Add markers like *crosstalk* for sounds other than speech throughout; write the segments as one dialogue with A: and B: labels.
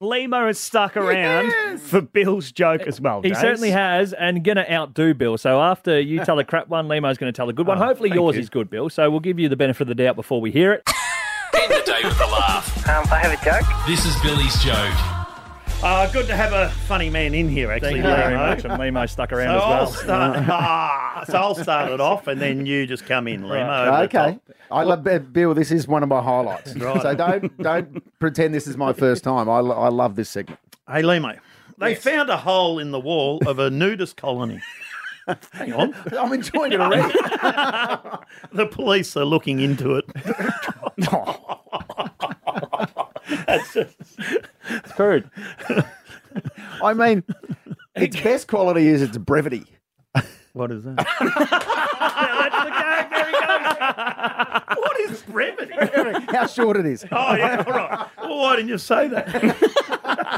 A: Limo has stuck around for Bill's joke as well.
B: He
A: Daz.
B: certainly has, and gonna outdo Bill. So after you tell a crap one, Limo's gonna tell a good one. Hopefully
A: Oh, thank
B: yours
A: you.
B: is good, Bill. So we'll give you the benefit of the doubt before we hear it.
C: End the day with a laugh.
D: Um, I have a joke.
C: This is Billy's joke.
A: Uh, good to have a funny man in here, actually.
B: Thank you very
A: Lemo.
B: much, and Limo stuck
A: So
B: around
A: I'll,
B: as well. *laughs*
A: start, Ah, so I'll start it off, and then you just come in, Lemo. over the
E: Okay,
A: top.
E: I love Bill. This is one of my highlights. So don't don't pretend this is my first time. I, lo- I love this segment.
A: Hey, Lemo. They found a hole in the wall of a nudist colony. Hang on.
E: I'm enjoying it already.
A: The police are looking into it.
B: Screwed.
E: *laughs* I mean, its best quality is its brevity.
A: What is *laughs* that? what is brevity?
E: How short it is.
A: *laughs* Oh, yeah, all right. Well, why didn't you say
E: *laughs*
A: that?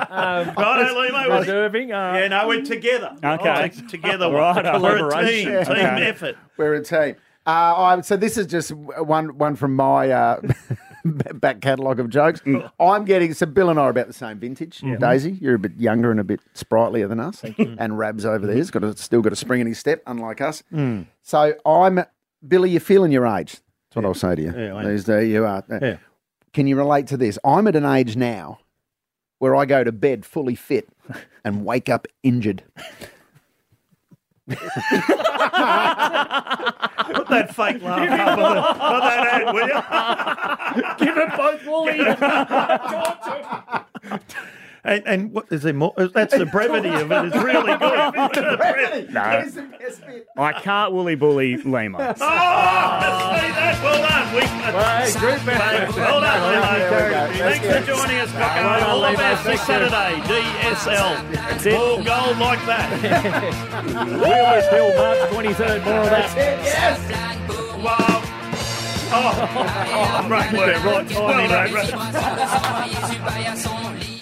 A: Um, right, Lemo. we're-
B: Reserving. Uh,
A: Yeah, no, we're together.
B: Okay.
A: All right, together.
B: Right,
A: we're- we're a team,
B: collaboration.
A: team
B: Okay.
A: effort.
E: We're a team. Uh, I, so this is just one one from my uh, *laughs* back catalogue of jokes.
A: Mm.
E: I'm getting so Bill and I are about the same vintage. Daisy, you're a bit younger and a bit sprightlier than us, and Rabs over there's got a, still got a spring in his step, unlike us.
A: Mm.
E: So I'm Billy. You're feeling your age. That's what I'll say to you.
A: Yeah, I am.
E: These days you are.
A: Yeah.
E: Can you relate to this? I'm at an age now where I go to bed fully fit and wake up injured.
A: Put that fake laugh up on, *laughs* the, on that ad, will you?
B: give it both woolies.
A: And, and what is there more? That's the brevity of it. It's really *laughs* good.
E: That is the best bit.
F: I can't woolly bully
A: *laughs*
F: Lima.
A: Oh, see that? Well done. We,
E: Hey, group effort.
A: well done,
E: There
A: Lemo.
E: we go. That's
A: Thanks
E: good.
A: for joining us, Rocco. All the best this Saturday. DSL. More gold like that.
B: Wheelers Hill, March 23rd. More of that.
A: Wow. Oh, oh, right word, right timing, mate, right.
G: Soyez du paillasson,